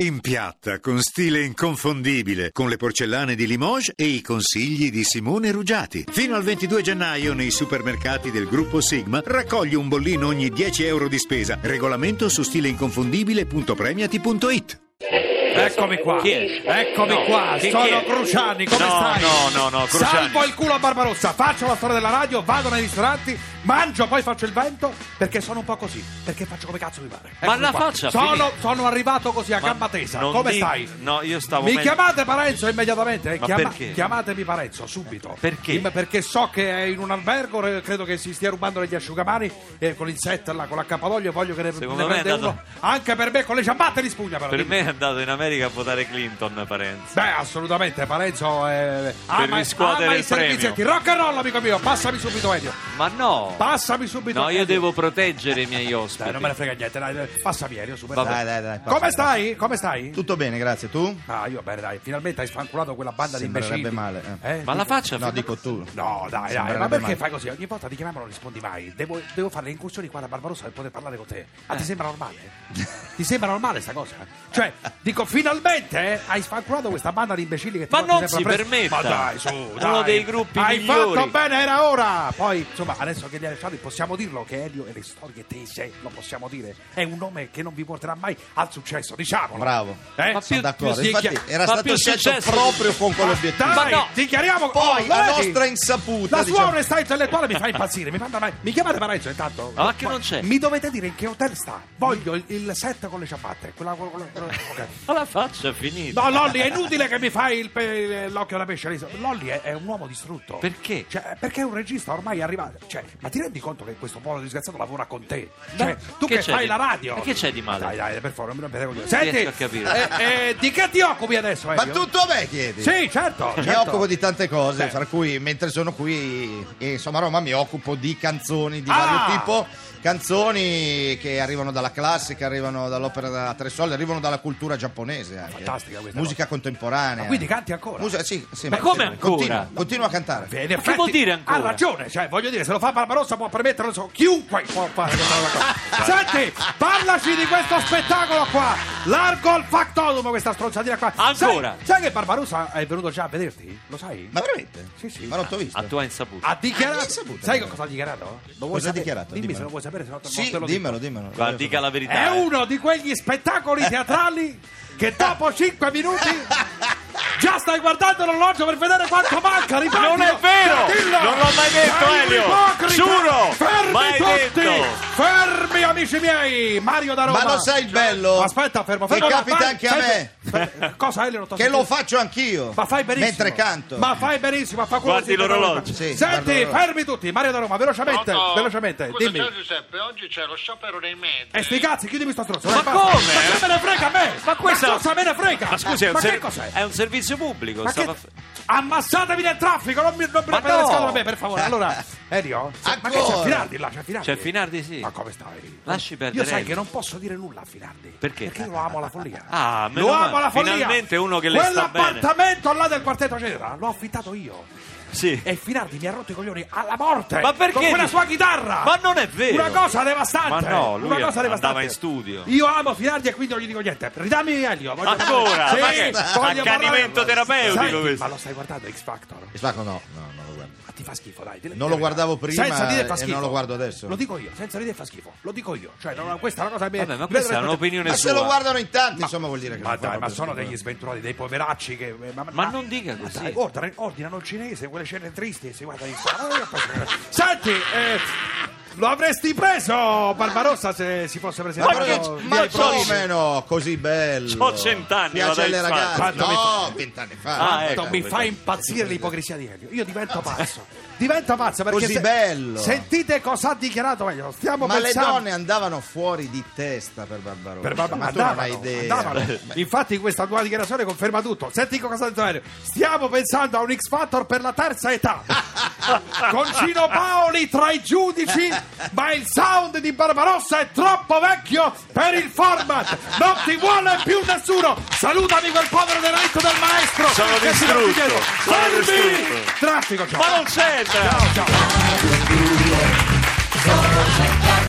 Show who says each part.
Speaker 1: In piatta, con stile inconfondibile, con le porcellane di Limoges e i consigli di Simone Rugiati. Fino al 22 gennaio nei supermercati del gruppo Sigma raccogli un bollino ogni 10 euro di spesa. Regolamento su stileinconfondibile.premiati.it.
Speaker 2: Eccomi qua,
Speaker 3: Chi è?
Speaker 2: eccomi
Speaker 3: No.
Speaker 2: qua,
Speaker 3: Chi-
Speaker 2: sono
Speaker 3: chi è?
Speaker 2: Cruciani, come
Speaker 3: No,
Speaker 2: stai?
Speaker 3: no, no, no, Cruciani.
Speaker 2: Salvo il culo a Barbarossa, faccio la storia della radio, vado nei ristoranti, mangio, poi faccio il vento, perché sono un po' così, perché faccio come cazzo mi pare.
Speaker 3: Ma
Speaker 2: Eccomi
Speaker 3: la
Speaker 2: qua.
Speaker 3: faccia,
Speaker 2: Sono,
Speaker 3: Fini.
Speaker 2: sono arrivato così a gamba tesa,
Speaker 3: non
Speaker 2: come
Speaker 3: dico-
Speaker 2: stai?
Speaker 3: No, io stavo
Speaker 2: Mi
Speaker 3: meglio.
Speaker 2: chiamate Parenzo immediatamente, eh,
Speaker 3: Ma
Speaker 2: chiama-
Speaker 3: perché?
Speaker 2: chiamatemi Parenzo subito.
Speaker 3: Perché?
Speaker 2: Im- perché so che è in un albergo, eh, credo che si stia rubando degli asciugamani eh, con il set là, con l'accappatoio, voglio che ne, ne
Speaker 3: Secondo me è
Speaker 2: prende
Speaker 3: andato-
Speaker 2: uno. Anche per me con le ciabatte di spugna però.
Speaker 3: Per
Speaker 2: dimmi.
Speaker 3: me è andato in America a votare Clinton, Parenzo.
Speaker 2: Beh, assolutamente, Parenzo è... ama,
Speaker 3: riscuotere
Speaker 2: ama i
Speaker 3: il premio.
Speaker 2: servizietti. Rock and roll, amico mio, passami subito Elio.
Speaker 3: Ma no!
Speaker 2: Passami subito
Speaker 3: No, io
Speaker 2: Elio.
Speaker 3: devo proteggere i miei ospiti.
Speaker 2: Dai, non me ne frega niente, dai, dai, passami Elio, super.
Speaker 3: Vabbè.
Speaker 4: Dai, dai, dai. passa,
Speaker 2: Come
Speaker 4: passa.
Speaker 2: stai? Come stai?
Speaker 4: Tutto bene, grazie. Tu?
Speaker 2: Ah, io bene, dai, finalmente hai sfanculato quella banda di
Speaker 4: Sembrerebbe
Speaker 2: imbecilli.
Speaker 4: male, eh.
Speaker 3: Ma la faccia,
Speaker 4: No,
Speaker 3: Fini-
Speaker 4: dico tu.
Speaker 2: No, dai, dai, ma
Speaker 4: Sembrerebbe
Speaker 2: perché
Speaker 4: male.
Speaker 2: fai così? Ogni volta ti chiamiamo non rispondi mai. Devo, devo fare le incursioni qua da Barbarossa per poter parlare con te. Ma
Speaker 3: Eh.
Speaker 2: ti sembra normale? ti sembra normale sta cosa? Cioè, dico, finalmente eh, hai sfanculato questa banda di imbecilli che ti
Speaker 3: Ma
Speaker 2: porti
Speaker 3: non
Speaker 2: sempre
Speaker 3: si
Speaker 2: appresso.
Speaker 3: permetta.
Speaker 2: Ma dai, su,
Speaker 3: Uno
Speaker 2: dai.
Speaker 3: dei gruppi
Speaker 2: Hai
Speaker 3: migliori.
Speaker 2: fatto bene, era ora! Poi, insomma, adesso che li hai lasciati possiamo dirlo che Elio e le storie tese, lo possiamo dire, è un nome che non vi porterà mai al successo, diciamolo.
Speaker 4: Bravo.
Speaker 2: Eh?
Speaker 3: Ma
Speaker 4: Sono
Speaker 3: più-
Speaker 4: d'accordo.
Speaker 3: più si
Speaker 4: Infatti,
Speaker 3: chia-
Speaker 4: era
Speaker 3: fa
Speaker 4: stato
Speaker 3: più
Speaker 4: scelto
Speaker 3: successo-
Speaker 4: proprio con
Speaker 2: Dai,
Speaker 4: quell'obiettivo.
Speaker 3: Ma no.
Speaker 2: dichiariamo
Speaker 4: Poi,
Speaker 2: oh,
Speaker 4: a
Speaker 2: Ah, vedi?
Speaker 4: nostra insaputa,
Speaker 2: La sua
Speaker 4: diciamo.
Speaker 2: onestà intellettuale mi fa impazzire, mi manda mai. Mi chiamate Parenzo intanto. eh,
Speaker 3: Ma che non c'è?
Speaker 2: Mi dovete dire in che hotel sta. Voglio il, il set con le ciabatte. Quella, quella, quella- quella- ok.
Speaker 3: Ma la faccia è finita.
Speaker 2: No, Lolli, è inutile che mi fai il pe- l'occhio alla pesce. Lolli è, è un uomo distrutto.
Speaker 3: Perché?
Speaker 2: Cioè, perché è un regista ormai è arrivato. Cioè, ma ti rendi conto che questo povero disgraziato lavora con te? Cioè, tu
Speaker 3: che
Speaker 2: che,
Speaker 3: c'è
Speaker 2: fai
Speaker 3: di-
Speaker 2: la radio.
Speaker 3: e che c'è di male?
Speaker 2: Dai, dai, per favore, non mi rompete con Senti,
Speaker 3: riesco a capire.
Speaker 2: eh, eh, di che ti occupi adesso?
Speaker 4: Ma
Speaker 2: Elio?
Speaker 4: tutto a me chiedi?
Speaker 2: Sì, certo.
Speaker 4: Mi
Speaker 2: certo.
Speaker 4: occupo di tante cose,
Speaker 2: Beh.
Speaker 4: fra cui mentre sono qui, eh, insomma, a Roma mi occupo di canzoni di
Speaker 2: Ah!
Speaker 4: vario tipo, canzoni che arrivano dalla classica, arrivano dall'opera da tre soldi, arrivano dalla cultura giapponese anche.
Speaker 2: Fantastica questa
Speaker 4: Musica contemporanea.
Speaker 2: Ma Ah, quindi canti ancora?
Speaker 4: Musica- sì, sì,
Speaker 3: Ma
Speaker 4: ma
Speaker 3: come
Speaker 4: sì,
Speaker 3: ancora?
Speaker 4: Continua, continua a cantare.
Speaker 2: Beh, in effetti,
Speaker 3: vuol dire ancora?
Speaker 2: Ha ragione, cioè, voglio dire, se lo fa Barbarossa può permetterlo, so, chiunque può fare questa cosa. Senti, parlaci di questo spettacolo qua, largo il factotum, questa stronzatina qua.
Speaker 3: Ancora?
Speaker 2: Sai, sai che Barbarossa è venuto già a vederti? Lo sai?
Speaker 4: Ma veramente?
Speaker 2: Sì, sì.
Speaker 4: Ma non t'ho visto.
Speaker 3: A tua insaputa.
Speaker 2: Ha dichiarato,
Speaker 4: Ah, l'hai saputo,
Speaker 2: sai
Speaker 4: allora.
Speaker 2: cosa ha dichiarato? Lo vuoi
Speaker 4: Cosa ha
Speaker 2: sapere?
Speaker 4: dichiarato?
Speaker 2: Dimmi se
Speaker 4: Dimmelo.
Speaker 2: lo vuoi sapere, se no te- non
Speaker 4: Sì,
Speaker 2: te lo dico.
Speaker 4: dimmelo, dimmelo.
Speaker 3: Guarda, dica la
Speaker 2: È
Speaker 3: verità. eh.
Speaker 2: uno di quegli spettacoli teatrali che dopo 5 minuti già stai guardando l'orologio per vedere quanto manca. Ripeto,
Speaker 3: Non è vero! Non l'ho mai detto, Elio! Giuro!
Speaker 2: Fermi
Speaker 3: Mai
Speaker 2: tutti!
Speaker 3: detto!
Speaker 2: Fermi, amici miei! Mario da Roma!
Speaker 4: Ma lo sai il bello?
Speaker 2: Aspetta, fermo,
Speaker 4: Che
Speaker 2: fermo. no,
Speaker 4: capita
Speaker 2: vai,
Speaker 4: anche a
Speaker 2: senti- Fer- Cosa, Elio? Non t'ho
Speaker 4: Che lo
Speaker 2: sentito.
Speaker 4: faccio anch'io.
Speaker 2: Ma fai benissimo.
Speaker 4: Mentre canto.
Speaker 2: Ma fai benissimo, fa quello
Speaker 3: Guardi
Speaker 2: che si deve fare.
Speaker 3: l'orologio.
Speaker 4: Sì, guardo
Speaker 2: Senti,
Speaker 4: l'orologio.
Speaker 2: fermi tutti. Mario da Roma, velocemente,
Speaker 5: Pronto?
Speaker 2: velocemente.
Speaker 5: Scusa,
Speaker 2: Dimmi.
Speaker 5: ciao Giuseppe, oggi c'è lo sciopero dei mezzi.
Speaker 2: E Eh, sti cazzi, chiudimi sto stronzo.
Speaker 3: Ma
Speaker 2: dai, basta.
Speaker 3: come?
Speaker 2: Ma che me ne frega a me?
Speaker 3: Ma questa-
Speaker 2: Ma cosa me ne frega?
Speaker 3: Ma scusi, è un,
Speaker 2: ma
Speaker 3: ser-
Speaker 2: che cos'è?
Speaker 3: è un servizio pubblico.
Speaker 2: Ma
Speaker 3: stava-
Speaker 2: che... Ammassatevi nel traffico, non mi non mi
Speaker 3: Ma
Speaker 2: rompete le
Speaker 3: no.
Speaker 2: scatole a me, per favore. Allora, Elio, se- ma che c'è
Speaker 4: Ancora?
Speaker 2: Finardi là, c'è Finardi.
Speaker 3: C'è Finardi, sì.
Speaker 2: Ma come stai?
Speaker 3: Lasci perdere
Speaker 2: Io sai
Speaker 3: Elio.
Speaker 2: che non posso dire nulla a Finardi.
Speaker 3: Perché?
Speaker 2: Perché io lo amo alla follia.
Speaker 3: Ah, meno
Speaker 2: lo
Speaker 3: male.
Speaker 2: amo alla follia.
Speaker 3: Finalmente uno che le sta bene.
Speaker 2: Quell'appartamento là del quartetto c'era, l'ho affittato io.
Speaker 3: Sì.
Speaker 2: E Finardi mi ha rotto i coglioni alla morte.
Speaker 3: Ma perché?
Speaker 2: Con quella sua chitarra.
Speaker 3: Ma non è vero.
Speaker 2: Una cosa devastante.
Speaker 3: Ma no, lui
Speaker 2: una cosa
Speaker 3: andava
Speaker 2: devastante.
Speaker 3: in studio.
Speaker 2: Io amo Finardi e quindi non gli dico niente. Ridammi Elio. voglio
Speaker 3: Ancora?
Speaker 2: parlare.
Speaker 3: Ma
Speaker 2: Sì,
Speaker 3: che-
Speaker 2: voglio parlare.
Speaker 3: accanimento terapeutico
Speaker 2: Senti,
Speaker 3: questo.
Speaker 2: Ma lo stai guardando X Factor?
Speaker 4: Mi spacco, no, no, non lo guardo.
Speaker 2: Ma ti fa schifo, dai. dille la
Speaker 4: Non lo
Speaker 2: verità.
Speaker 4: guardavo prima
Speaker 2: senza ridere fa
Speaker 4: e
Speaker 2: schifo.
Speaker 4: non lo guardo adesso.
Speaker 2: Lo dico io, senza ridere fa schifo. Lo dico io. Cioè, non- questa è una cosa che mi-
Speaker 3: Vabbè, ma
Speaker 2: mi
Speaker 3: questa è
Speaker 2: dovrebbe-
Speaker 3: un'opinione
Speaker 4: Ma se lo
Speaker 3: sua.
Speaker 4: guardano in tanti, insomma, vuol dire che
Speaker 2: Ma
Speaker 4: non fa
Speaker 2: dai, ma
Speaker 4: proprio
Speaker 2: sono
Speaker 4: schifo.
Speaker 2: degli sventurati, dei poveracci che. Ma,
Speaker 3: Ma non dica
Speaker 2: ma
Speaker 3: così.
Speaker 2: dai, ordinano, ordinano il cinese, quelle scene tristi e si Ah, guarda in sala. Senti, eh, lo avresti preso Barbarossa se si fosse
Speaker 4: Ma,
Speaker 2: presentato.
Speaker 4: che,
Speaker 2: via
Speaker 4: ma
Speaker 2: i prossimi.
Speaker 4: come no? Così bello.
Speaker 3: C'ho cent'anni,
Speaker 4: Piace
Speaker 3: vado
Speaker 4: alle
Speaker 3: in
Speaker 4: ragazze.
Speaker 2: fatto.
Speaker 4: No, vent'anni fa.
Speaker 3: Ah,
Speaker 2: Tanto
Speaker 3: ecco.
Speaker 2: mi fa impazzire l'ipocrisia di Elio. Io divento pazzo. Divento pazzo perché.
Speaker 4: Così bello.
Speaker 2: Sentite cosa ha dichiarato Elio. Stiamo
Speaker 4: Ma le
Speaker 2: pensando.
Speaker 4: donne andavano fuori di testa per Barbarossa.
Speaker 2: Per Barba-
Speaker 4: ma tu non hai
Speaker 2: andavano,
Speaker 4: idea.
Speaker 2: andavano. Infatti questa tua dichiarazione conferma tutto. Senti cosa ha detto Elio. Stiamo pensando a un X Factor per la terza età. Con Cino Paoli tra i giudici, ma il sound di Barbarossa è troppo vecchio per il format. Non ti vuole più nessuno. Salutami quel povero deretto del maestro.
Speaker 3: Sono
Speaker 2: che si mette
Speaker 3: distrutto,
Speaker 2: dietro.
Speaker 3: sono
Speaker 2: Fermi!
Speaker 3: distrutto.
Speaker 2: Traffico, ciao.
Speaker 3: Ma non c'entra!
Speaker 2: Ciao, ciao.